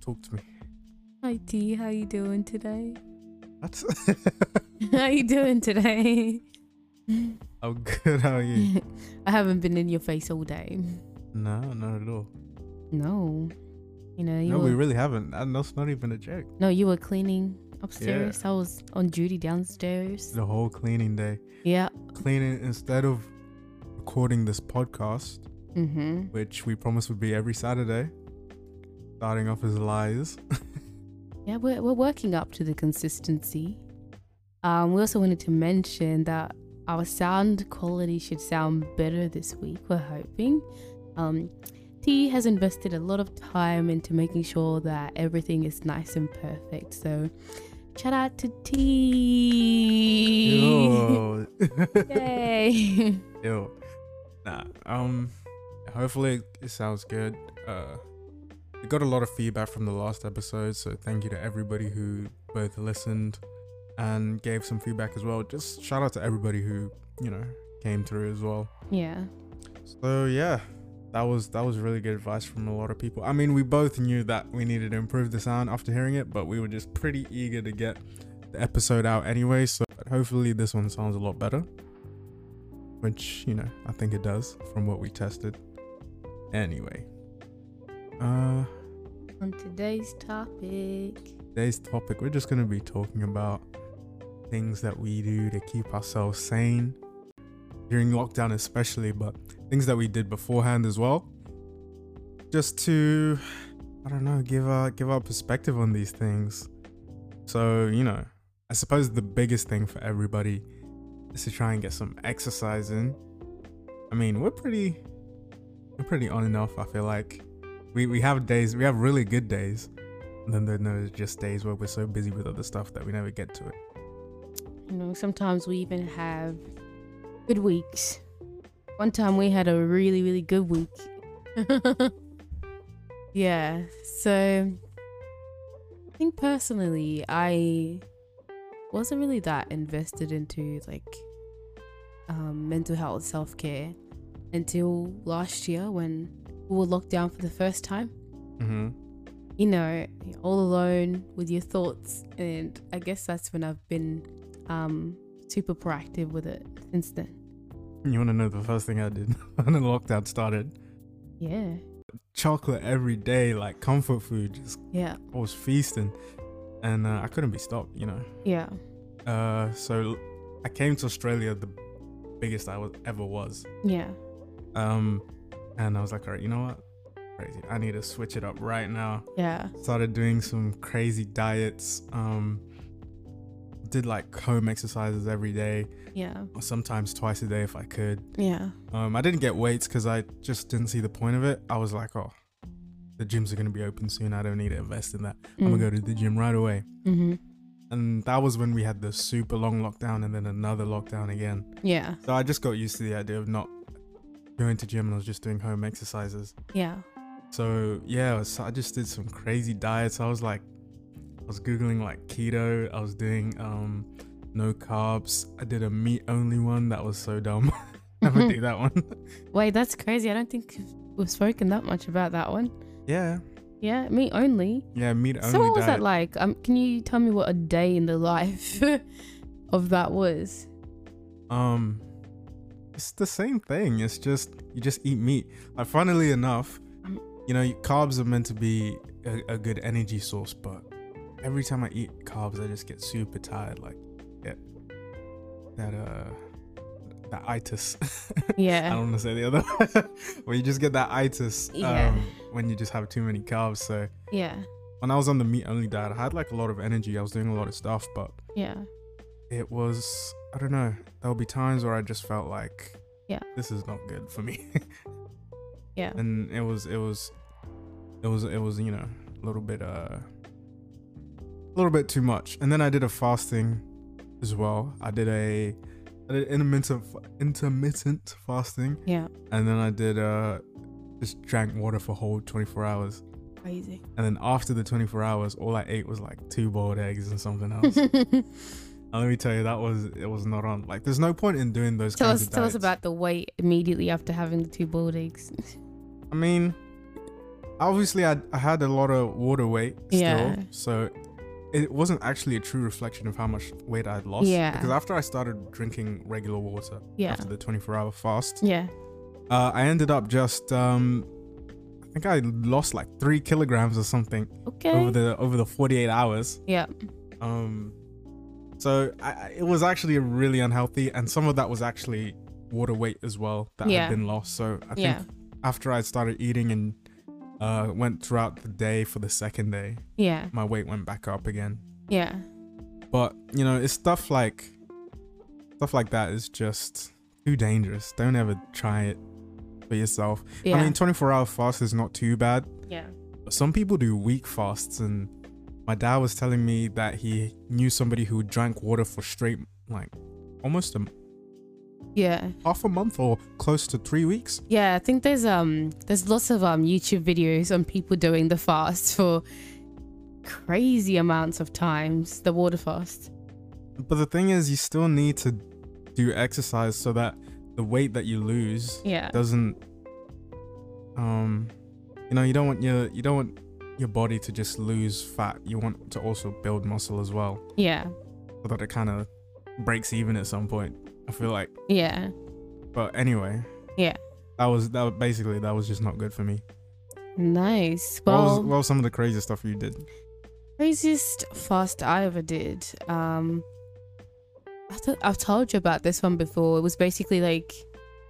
talk to me. Hi T, how you doing today? What? how you doing today? I'm good. How are you? I haven't been in your face all day. No, not at all. No. You know, you No, we were, really haven't. And that's not even a joke. no, you were cleaning upstairs. I was on duty downstairs. The whole cleaning day. Yeah. Cleaning instead of recording this podcast, Mm-hmm. which we promised would be every Saturday. Starting off as lies. Yeah, we're, we're working up to the consistency. Um, we also wanted to mention that our sound quality should sound better this week, we're hoping. Um, T has invested a lot of time into making sure that everything is nice and perfect. So, shout out to T! Yo. Yay! Yo. Nah. Um hopefully it sounds good. Uh we got a lot of feedback from the last episode, so thank you to everybody who both listened and gave some feedback as well. Just shout out to everybody who, you know, came through as well. yeah. So yeah, that was that was really good advice from a lot of people. I mean, we both knew that we needed to improve the sound after hearing it, but we were just pretty eager to get the episode out anyway. So hopefully this one sounds a lot better, which you know I think it does from what we tested. Anyway, uh, On today's topic. today's topic we're just gonna be talking about things that we do to keep ourselves sane during lockdown, especially, but things that we did beforehand as well, just to I don't know give our give our perspective on these things. So you know, I suppose the biggest thing for everybody is to try and get some exercise in. I mean, we're pretty we're pretty on and off. I feel like we we have days we have really good days, and then there- there's just days where we're so busy with other stuff that we never get to it. You know, sometimes we even have good weeks. One time we had a really, really good week. yeah. So I think personally, I wasn't really that invested into like um, mental health, self care until last year when we were locked down for the first time Mm-hmm. you know, all alone with your thoughts. And I guess that's when I've been um, super proactive with it since then. You want to know the first thing I did when the lockdown started? Yeah. Chocolate every day, like comfort food. Just Yeah. I was feasting, and uh, I couldn't be stopped. You know. Yeah. Uh, so I came to Australia the biggest I was ever was. Yeah. Um, and I was like, all right, you know what? Crazy. I need to switch it up right now. Yeah. Started doing some crazy diets. Um, did like home exercises every day, Yeah. or sometimes twice a day if I could. Yeah. Um, I didn't get weights because I just didn't see the point of it. I was like, oh, the gyms are going to be open soon. I don't need to invest in that. I'm Mm. going to go to the gym right away. hmm And that was when we had the super long lockdown and then another lockdown again. Yeah. So I just got used to the idea of not going to gym and I was just doing home exercises. Yeah. So yeah, so I just did some crazy diets. I was like, I was googling like keto. I was doing um, no carbs. I did a meat only one. That was so dumb. Never Mm-hmm. do that one. Wait, that's crazy. I don't think we've spoken that much about that one. yeah, Yeah. Me only. yeah, meat only. so what was diet. that like? Um, can you tell me what a day in the life of that was? Um, it's the same thing. It's just you just eat meat. Like, funnily enough, Um, you know, carbs are meant to be a, a good energy source, but every time I eat carbs, I just get super tired. Like, yeah, that uh, that itis. I Yeah. don't want to say the other. where you just get that itis um, Yeah. when you just have too many carbs. So Yeah. when I was on the meat only diet, I had like a lot of energy. I was doing a lot of stuff, but Yeah. it was i don't know there'll be times where i just felt like Yeah. this is not good for me Yeah. and it was it was it was it was you know a little bit uh a little bit too much and then i did a fasting as well i did a i did intermittent intermittent fasting Yeah. and then i did uh just drank water for whole 24 hours Crazy. and then after the 24 hours all i ate was like two boiled eggs and something else And let me tell you, that was it was not on. Like, there's no point in doing those. Tell kinds us, of tell us diets. about the weight immediately after having the two boiled eggs. I mean, obviously I, I had a lot of water weight still, Yeah. so it wasn't actually a true reflection of how much weight I'd lost. Yeah. Because after I started drinking regular water Yeah. after the 24 hour fast, Yeah. uh, I ended up just um, I think I lost like three kilograms or something over Okay. the over the 48 hours. Yeah. Um, so I- I, it was actually really unhealthy, and some of that was actually water weight as well that Yeah. had been lost. So I think Yeah. after I started eating and uh, went throughout the day for the second day, Yeah. my weight went back up again. Yeah. But you know, it's stuff like stuff like that is just too dangerous. Don't ever try it for yourself. Yeah. I mean, 24 hour fast is not too bad. yeah. But some people do week fasts, and my dad was telling me that he knew somebody who drank water for straight like almost a Yeah. half a month or close to three weeks. Yeah, I think there's um there's lots of um YouTube videos on people doing the fast for crazy amounts of times, the water fast. But the thing is, you still need to do exercise so that the weight that you lose Yeah. doesn't um you know you don't want your you don't want your body to just lose fat you want to also build muscle as well Yeah. so that it kind of breaks even at some point i feel like Yeah. but anyway Yeah. that was that was- basically that was just not good for me Nice. what was Well, what was some of the craziest stuff you did craziest fast I ever did. Um, I th- I've told you about this one before. It was basically like,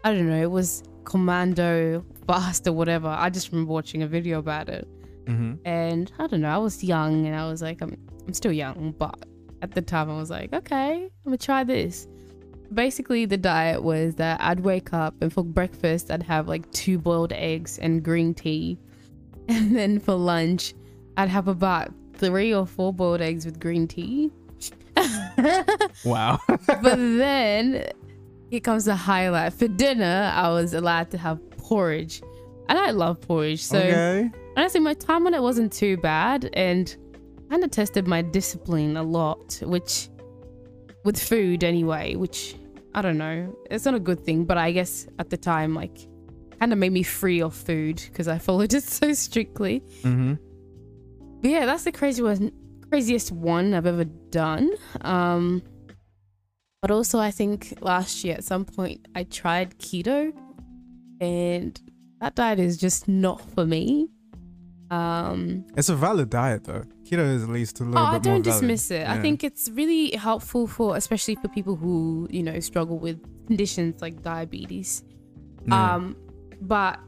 I don't know, it was commando fast or whatever. I just remember watching a video about it, mm-hmm. and I don't know. I was young, and I was like, I'm I'm still young, but at the time I was like, okay, I'm gonna try this. Basically, the diet was that I'd wake up and for breakfast I'd have like two boiled eggs and green tea, and then for lunch I'd have about three or four boiled eggs with green tea. but wow then here comes the highlight. For dinner, I was allowed to have porridge, and I love porridge. So okay honestly, my time on it wasn't too bad and kind of tested my discipline a lot, which with food anyway, which I don't know, it's not a good thing, but I guess at the time, like, kind of made me free of food because I followed it so strictly. mm-hmm. But yeah, that's the crazy one, craziest one I've ever done. Um, but also, I think last year at some point I tried keto, and that diet is just not for me. Um, it's a valid diet though keto is at least a little oh, bit I more don't valid. dismiss it. I Yeah. think it's really helpful for, especially for people who you know struggle with conditions like diabetes. Yeah. Um, but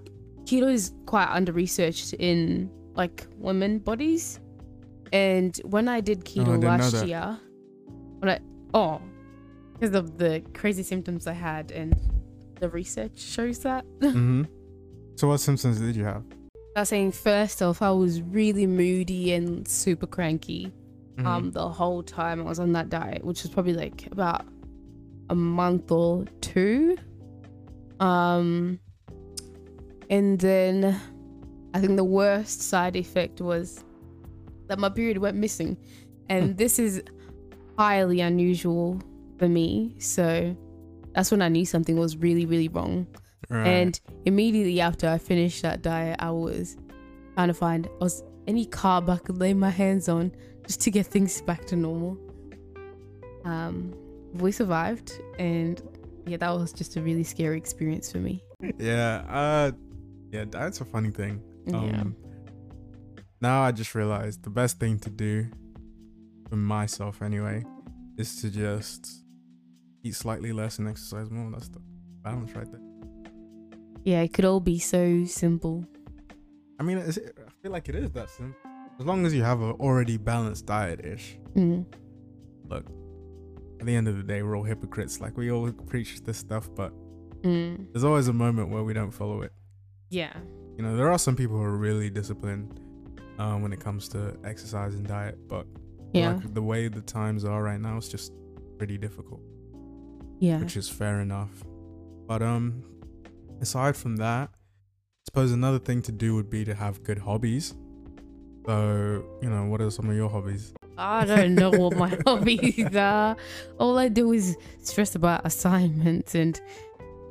keto is quite under researched in like women bodies. And when I did Oh, I keto didn't know last that. year, when I oh, because of the crazy symptoms I had, and the research shows that. hmm so what symptoms did you have I was saying first off, I was really moody and super cranky. Mhm. Um, the whole time I was on that diet, which was probably like about a month or two. Um, and then I think the worst side effect was that my period went missing, and this is highly unusual for me. So that's when I knew something was really, really wrong. Right. And immediately after I finished that diet, I was trying to find was any carb I could lay my hands on just to get things back to normal. Um, we survived, and yeah, that was just a really scary experience for me. yeah uh yeah diet's a funny thing yeah, Um, Now I just realized the best thing to do for myself, anyway, is to just eat slightly less and exercise more. That's the balance right there. yeah, it could all be so simple. I mean, is it, I feel like it is that simple. As long as you have an already balanced diet ish. Mm. At the end of the day, we're all hypocrites. Like, we all preach this stuff, but Mm. there's always a moment where we don't follow it. Yeah, You know, there are some people who are really disciplined um, when it comes to exercise and diet, but yeah, like, the way the times are right now, it's just pretty difficult. Mm-hmm. yeah, which is fair enough. But um, aside from that, I suppose another thing to do would be to have good hobbies. So you know, what are some of your hobbies? I don't know what my hobbies are. All I do is stress about assignments, and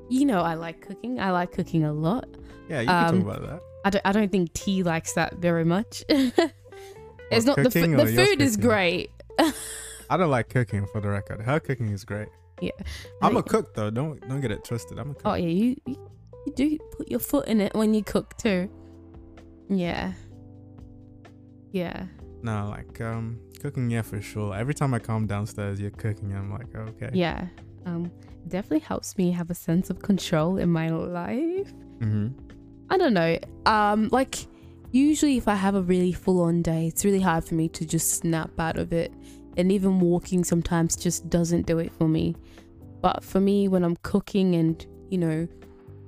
you know, I like cooking. I like cooking a lot. Yeah, you can Um, talk about that. I don't, I don't think T likes that very much. it's not the, cooking fu- or the yours food is cooking? great. I don't like cooking for the record. Her cooking is great. Yeah. I'm a Like- cook though. Don't don't get it twisted. I'm a cook. Oh yeah, you, you you do put your foot in it when you cook too. Yeah. Yeah. No, like um cooking, yeah, for sure. Every time I come downstairs, you're cooking. I'm like, okay. Yeah. Um definitely helps me have a sense of control in my life. hmm I don't know. Um like usually if I have a really full on day, it's really hard for me to just snap out of it. And even walking sometimes just doesn't do it for me. But for me when I'm cooking and, you know,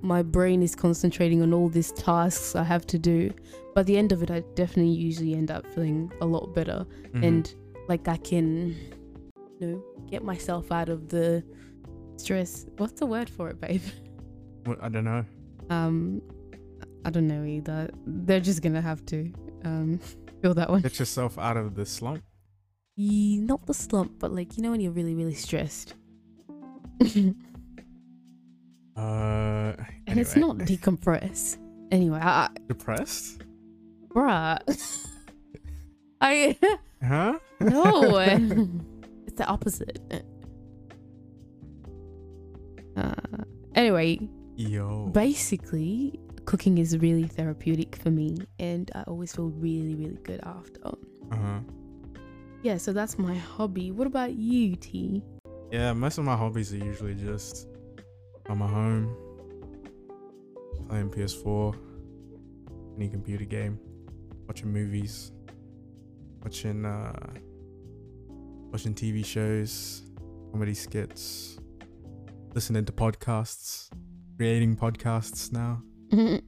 my brain is concentrating on all these tasks I have to do. By the end of it, I definitely usually end up feeling a lot better Mm-hmm. and like I can, you know, get myself out of the stress. What's the word for it, babe? I don't know. Um, I don't know either. They're just gonna have to um feel that one. Get yourself out of the slump. Ye- Not the slump, but like you know when you're really really stressed. Uh, And it's anyway. not decompress. Anyway, I, I- depressed, bruh. I huh? no, it's the opposite. Uh, anyway, Yo. basically cooking is really therapeutic for me and i always feel really really good after uh-huh. yeah so that's my hobby what about you t Yeah, most of my hobbies are usually just on my home, playing PS4, any computer game, watching movies, watching uh, watching TV shows, comedy skits, listening to podcasts, creating podcasts now. Oh,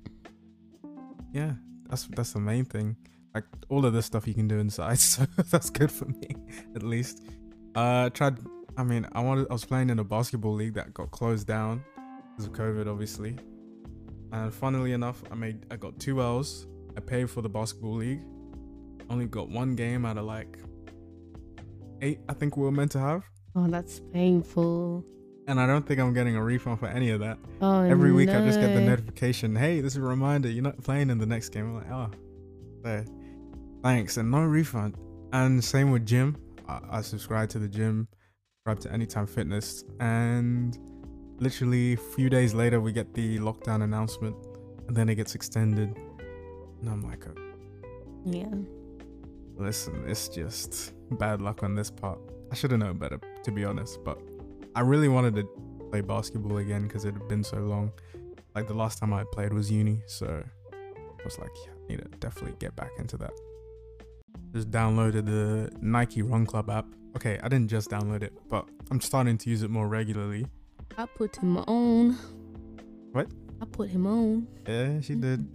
Yeah, that's that's the main thing. Like all of this stuff you can do inside, so that's good for me at least. Uh, I tried. I mean, I wanted. I was playing in a basketball league that got closed down because of COVID, obviously. And funnily enough, I made. I got two L's. I paid for the basketball league. Only got one game out of like eight. I think we were meant to have. oh that's painful And I don't think I'm getting a refund for any of that. oh Every week I just get the no. notification, hey, this is a reminder, you're not playing in the next game. I'm like, oh, there. thanks, and no refund. And same with gym. I, I subscribe to the gym, subscribe to Anytime Fitness, and literally a few days later we get the lockdown announcement, and then it gets extended. And I'm like, oh, yeah listen, it's just bad luck on this part. I should have known better, to be honest. But I really wanted to play basketball again because it had been so long. Like the last time I played was uni, so I was like, yeah, I need to definitely get back into that. Just downloaded the Nike Run Club app. Okay, I didn't just download it, but I'm starting to use it more regularly. i put him on What? i put him on Yeah, she did.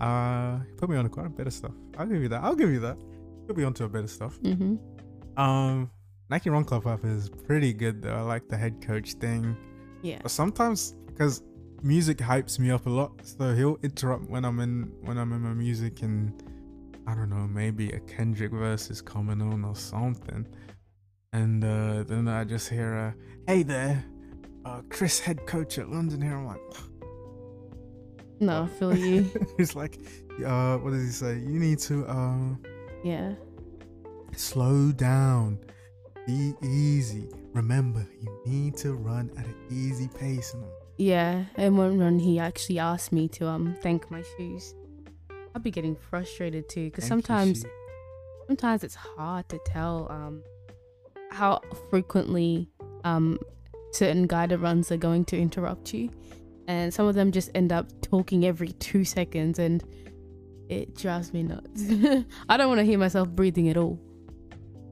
Uh, put me on to quite a bit of stuff. I'll give you that. I'll give you that. Put me onto a bit of stuff. mm-hmm. Um, Nike Run Club app is pretty good though. I like the head coach thing. yeah But sometimes because music hypes me up a lot, so he'll interrupt when I'm in when I'm in my music and I don't know, maybe a Kendrick verse is coming on or something. And uh, then I just hear a hey there, uh, Chris head coach at London here. I'm like, no i feel you he's like, uh, what does he say? You need to um yeah slow down be easy remember you need to run at an easy pace and I'm- yeah and one run he actually asked me to um thank my shoes i'll be getting frustrated too because Thank you, sometimes Sue. sometimes it's hard to tell um, how frequently um, certain guided runs are going to interrupt you. And some of them just end up talking every two seconds, and it drives me nuts. I don't want to hear myself breathing at all.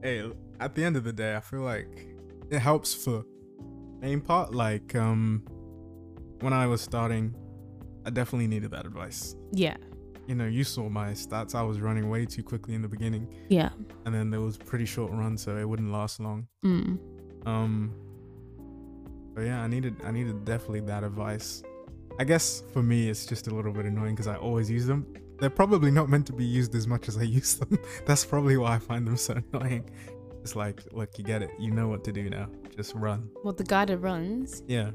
hey l- at the end of the day i feel like it helps for main part like um when i was starting i definitely needed that advice Yeah, you know you saw my stats i was running way too quickly in the beginning yeah. and then there was pretty short run so it wouldn't last long Mm. Um. But yeah, I needed I needed definitely that advice. I guess for me, it's just a little bit annoying because I always use them. They're probably not meant to be used as much as I use them. That's probably why I find them so annoying. It's like, look, you get it. You know what to do now. Just run. Well, the guided runs, Yeah.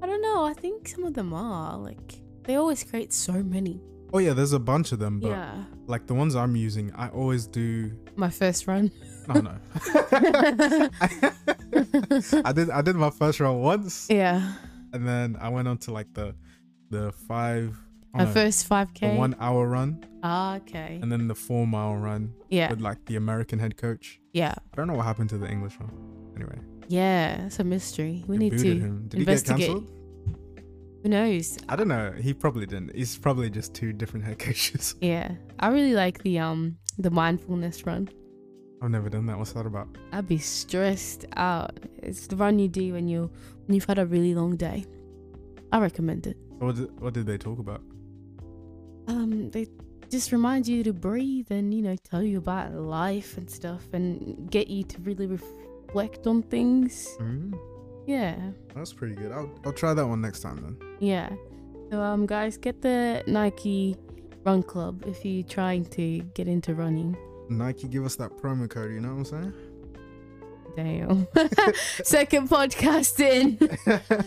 I don't know. I think some of them are like They always create so many. Oh yeah, there's a bunch of them, but yeah. like the ones I'm using, I always do. My first run. Oh no, I did. I did my first round once, yeah. and then I went on to like the the five. oh, My no, first the 5K. one hour run, Ah, okay. and then the four mile run Yeah. with like the American head coach. Yeah. I don't know what happened to the English one. Anyway, Yeah. It's a mystery. We they need booted to. him. Did he get investigate. cancelled? Who knows? I don't know. He probably didn't. He's probably just two different head coaches. Yeah. I really like the um the mindfulness run. I've never done that. What's that about? I'd be stressed out. It's the run you do when you when you've had a really long day. I recommend it. What did, what did they talk about? Um, they just remind you to breathe and you know tell you about life and stuff and get you to really reflect on things. Mm, Yeah, that's pretty good. I'll, I'll try that one next time then. yeah. So um, guys, get the Nike Run Club if you're trying to get into running. Nike, give us that promo code. You know what I'm Damn. Second podcast in.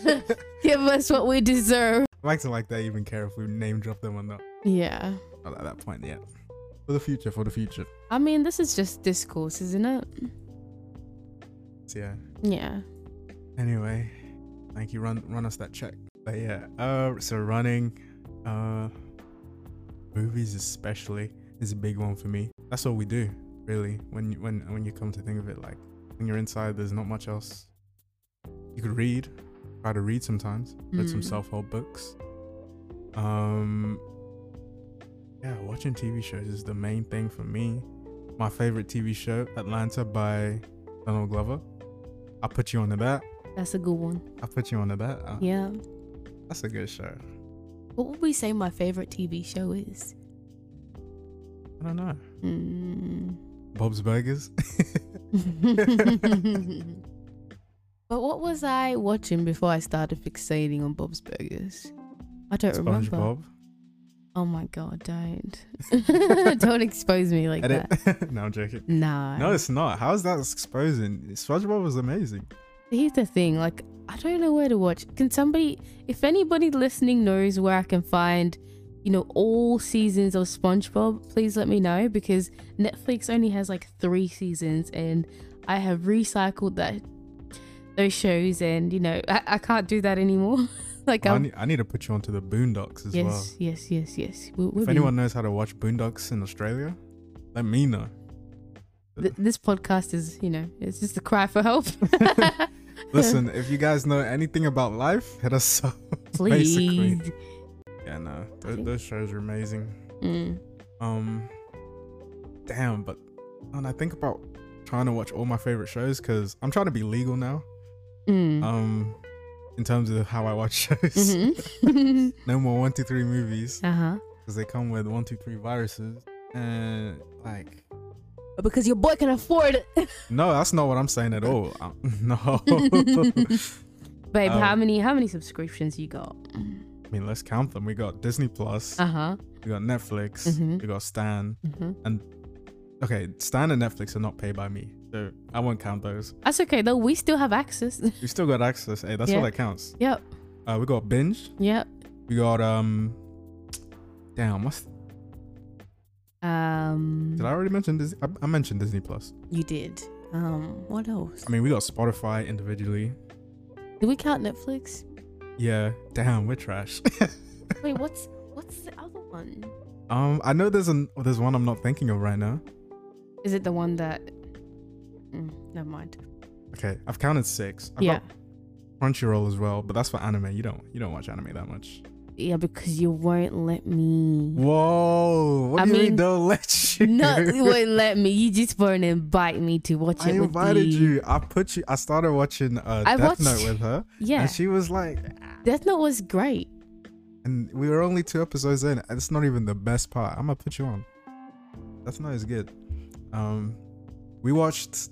saying? Give us what we deserve. I like to like they even care if we name drop them or not. Yeah. Not at that point yet. For the future, for the future. I mean, this is just discourse, isn't it? So, yeah. Yeah. Anyway, thank you. Run run us that check. But yeah, uh so running, uh movies especially is a big one for me. That's what we do, really. When you when when you come to think of it, like when you're inside there's not much else. You could read, try to read sometimes. Read some Mm. self-help books. Um yeah, watching TV shows is the main thing for me. My favorite TV show, Atlanta by Donald Glover. I'll put you onto that. That's a good one. I'll put you onto that. Uh, Yeah. That's a good show. What would we say my favorite TV show is? I don't know. Mm. Bob's Burgers. but what was I watching before I started fixating on Bob's Burgers? I don't remember. SpongeBob. Oh my god, don't. don't expose me like Edit. that. no, I'm joking. Nah. No, it's not. How is that exposing? SpongeBob was amazing. Here's the thing, like I don't know where to watch. Can somebody if anybody listening knows where I can find, you know, all seasons of SpongeBob, please let me know because Netflix only has like 3 seasons and I have recycled that those shows and you know, I, I can't do that anymore. like I I'm need, I need to put you onto the Boondocks as yes, well. yes, yes, yes. We'll, we'll If be- anyone knows how to watch Boondocks in Australia, let me know. th- this podcast is, you know, it's just a cry for help. Listen, if you guys know anything about life, hit us up. Please. Yeah, no, I those, think- those shows are amazing. Mm. Um, damn, but and I think about trying to watch all my favorite shows because I'm trying to be legal now. Mm. um in terms of how I watch shows. Mhm. No more one two three movies uh-huh. because they come with one two three viruses and like because your boy can afford it. no, that's not what I'm saying at all. i no, Babe, Um, how many how many subscriptions you got? I mean let's count them. We got Disney Plus, Uh huh. we got Netflix, Mhm. we got Stan. hmm Okay, Stan and Netflix are not paid by me, so I won't count those. That's okay though. We still have access. We still got access. Hey, that's Yeah. all that counts. yep. Uh, we got binge. Yep. We got um. Damn, what's, Um. did I already mention Disney? I, I mentioned Disney Plus. You did. Um. What else? I mean, we got Spotify individually. Did we count Netflix? Yeah, damn, we're trash. Wait, what's what's the other one? um, I know there's an there's one I'm not thinking of right now. Is it the one that? Mm, never mind. Okay, I've counted six. I've yeah. got Crunchyroll as well, but that's for anime. You don't you don't watch anime that much. Yeah, because you won't let me. Whoa, what Mm. I do you mean mean- don't let you? No, you won't let me. You just won't invite me to watch I it. with invited you. you. I put you. I started watching uh, I Death watched- Note with her, Yeah, and she was like, Death Note was great. and we were only two episodes in. and It's not even the best part. I'm gonna put you on. That's not as good. Um, we watched.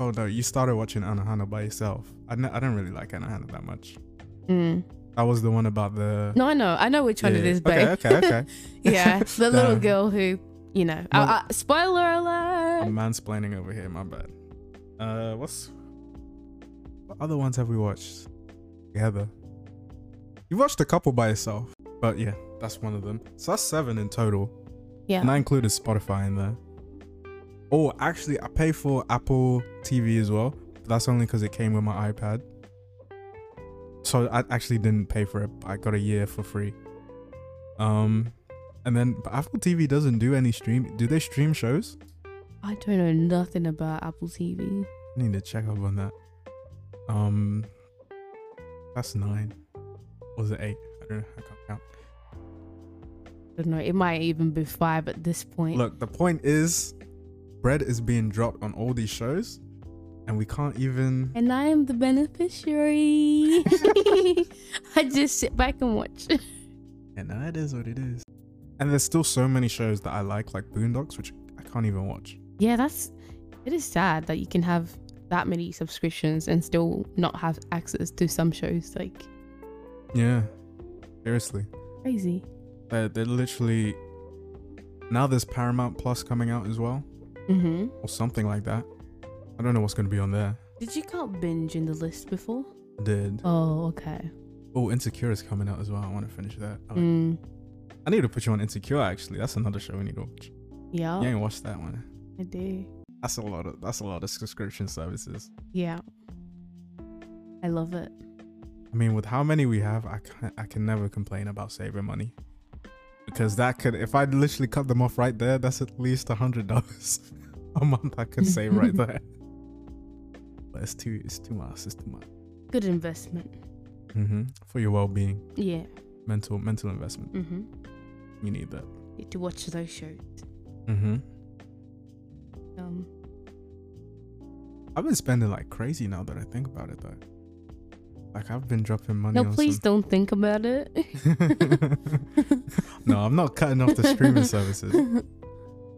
Oh no, you started watching Anohana by yourself. I n- I don't really like Anohana that much. Mm. That was the one about the. No, I know, I know which one it Yeah. is, babe. Okay, okay, okay. yeah, the little Damn. girl who, you know, No. uh, uh, spoiler alert. I'm mansplaining over here. My bad. Uh, what's what other ones have we watched together? You watched a couple by yourself, but yeah, that's one of them. So that's seven in total, Yeah. and I included Spotify in there. Oh, actually, I pay for Apple TV as well. But that's only because it came with my iPad. So I actually didn't pay for it. but I got a year for free. Um, and then but Apple TV doesn't do any stream. Do they stream shows? I don't know nothing about Apple TV. I need to check up on that. Um, that's nine. Or is it eight? I don't know. I can't count. I don't know. It might even be five at this point. Look, the point is, bread is being dropped on all these shows, and we can't even. And I am the beneficiary. I just sit back and watch. And that is what it is. And there's still so many shows that I like, like Boondocks, which I can't even watch. Yeah, that's it is sad that you can have that many subscriptions and still not have access to some shows. Like Yeah, seriously, crazy. they're, they're literally. Now there's Paramount Plus coming out as well, Mm-hmm. or something like that. I don't know what's going to be on there. Did you count binge in the list before? Did Oh, okay. Oh, Insecure is coming out as well. I want to finish that. I, like- Mm, I need to put you on Insecure. Actually, that's another show we need to watch. yeah, You ain't watched that one. I do. That's a lot of that's a lot of subscription services. Yeah, I love it. I mean, with how many we have, I can I can never complain about saving money because that could if I literally cut them off right there, that's at least a hundred dollars a month I could save right there. But it's too it's too much. It's too much. Good investment. hmm For your well being, Yeah. mental mental investment, Mm-hmm. you need that. To watch those shows. Mm-hmm. Um. I've been spending like crazy now that I think about it though. Like I've been dropping money No, on please some... don't think about it. No, I'm not cutting off the streaming services.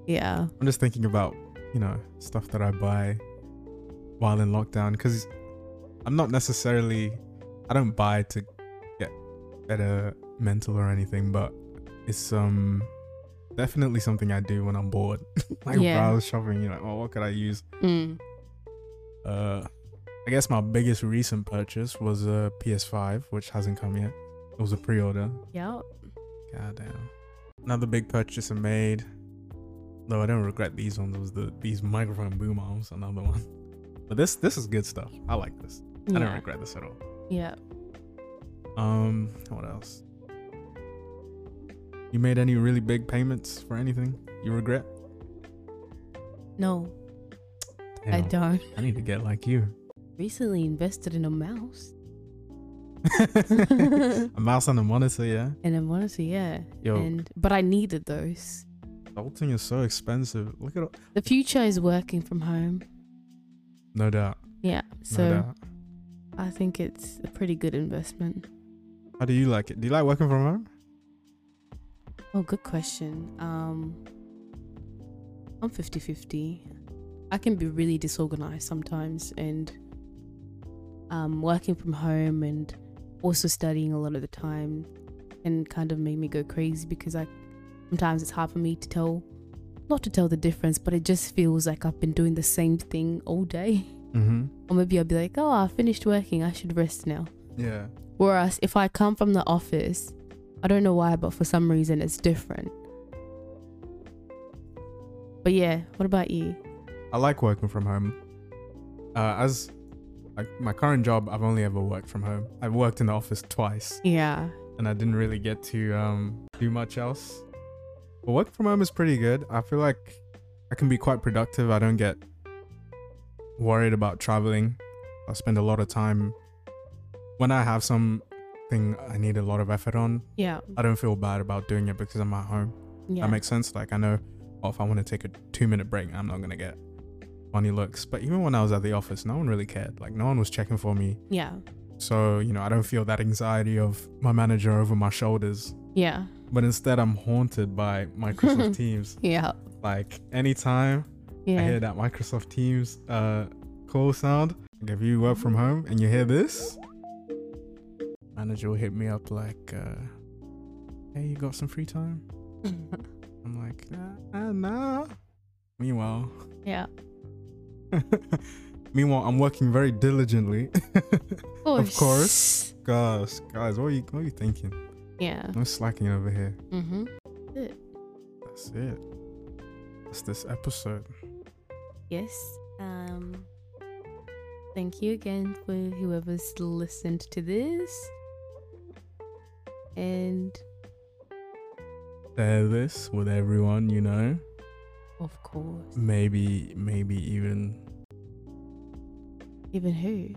yeah. I'm just thinking about, you know, stuff that I buy while in lockdown cuz I'm not necessarily I don't buy to get better mental or anything, but it's um definitely something I do when I'm bored. like Yeah. browse shopping, you're like, "Oh, what could I use?" Mm. Uh, I guess my biggest recent purchase was a PS5, which hasn't come yet. It was a pre-order. Yeah. Goddamn. Another big purchase I made. Though I don't regret these ones. Was the these microphone boom arms? Another one. But this this is good stuff. I like this. I don't Yeah. regret this at all. yeah. Um, what else? You made any really big payments for anything you regret? No, I Damn, don't. I need to get like you. Recently invested in a mouse a mouse and a monitor, yeah. and a monitor, yeah. Yo, And but I needed those. Adulting is so expensive. Look at all- The future is working from home. no doubt, Yeah. no So doubt. I think it's a pretty good investment. How do you like it? Do you like working from home? Oh, good question. Um I'm 50-50. I can be really disorganized sometimes and um working from home and also studying a lot of the time can kind of make me go crazy because I sometimes it's hard for me to tell not to tell the difference, but it just feels like I've been doing the same thing all day. Mm-hmm. Or maybe I'll be like, oh, I finished working. I should rest now. Yeah. Whereas if I come from the office, I don't know why, but for some reason it's different. But yeah, what about you? I like working from home. Uh, as like my current job, I've only ever worked from home. I've worked in the office twice, Yeah. and I didn't really get to um, do much else. But work from home is pretty good. I feel like I can be quite productive. I don't get worried about traveling. I spend a lot of time when I have something I need a lot of effort on. Yeah. I don't feel bad about doing it because I'm at home. Yeah. That makes sense. Like I know, oh, if I want to take a two minute break, I'm not gonna get funny looks. But even when I was at the office, no one really cared. Like no one was checking for me. yeah. So you know, I don't feel that anxiety of my manager over my shoulders. Yeah. But instead, I'm haunted by Microsoft Teams. Yeah. Like anytime I Yeah. hear that Microsoft Teams uh, call sound, like if you work from home and you hear this, manager will hit me up like, uh, "Hey, you got some free time?" I'm "Uh, like, nah, nah. Meanwhile, yeah. Meanwhile, I'm working very diligently. course. course. guys, guys, what are you what are you thinking? Yeah. No slacking over here. Mm-hmm. That's it. That's this episode. Yes. Um. Thank you again for whoever's listened to this. And Share this with everyone, you know. of course, Maybe maybe even even who?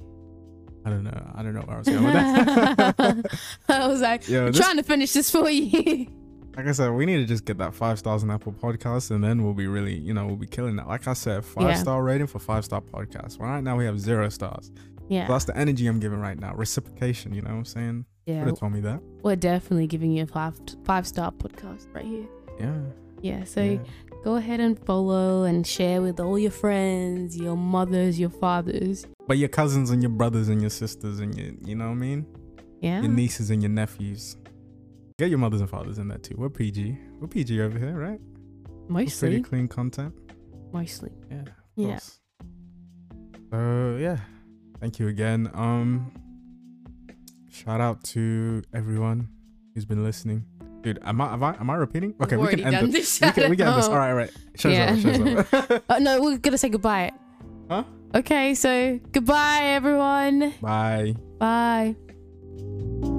I don't know. I don't know where I was going with that. I was like, Yo, I'm Uh, this- trying to finish this for you. like I said, we need to just get that five stars on Apple Podcasts, and then we'll be really, you know, we'll be killing that. Like I said, five Yeah. star rating for five star podcasts. Well, right now we have zero stars. yeah. So that's the energy I'm giving right now. Reciprocation, you know what I'm saying? yeah. Would have told me that. We're definitely giving you a five five star podcast right here. Yeah. Yeah. So yeah. go ahead and follow and share with all your friends, your mothers, your fathers. But your cousins and your brothers and your sisters and your, you know what I mean? Yeah. Your nieces and your nephews. Get your mothers and fathers in there too. We're PG. We're PG over here, right? We're pretty Mostly. clean content. Mostly. Yeah. of Yeah. course. So yeah, thank you again. Um, shout out to everyone who's been listening, dude. Am I am I, am I repeating? Okay, We've we can already end done it. this. We can, we can end this. Oh. All right, all right. Show's Yeah. over. Show's over. Oh, no, we're gonna say goodbye. Huh? Okay, so goodbye, everyone. Bye. Bye. Bye.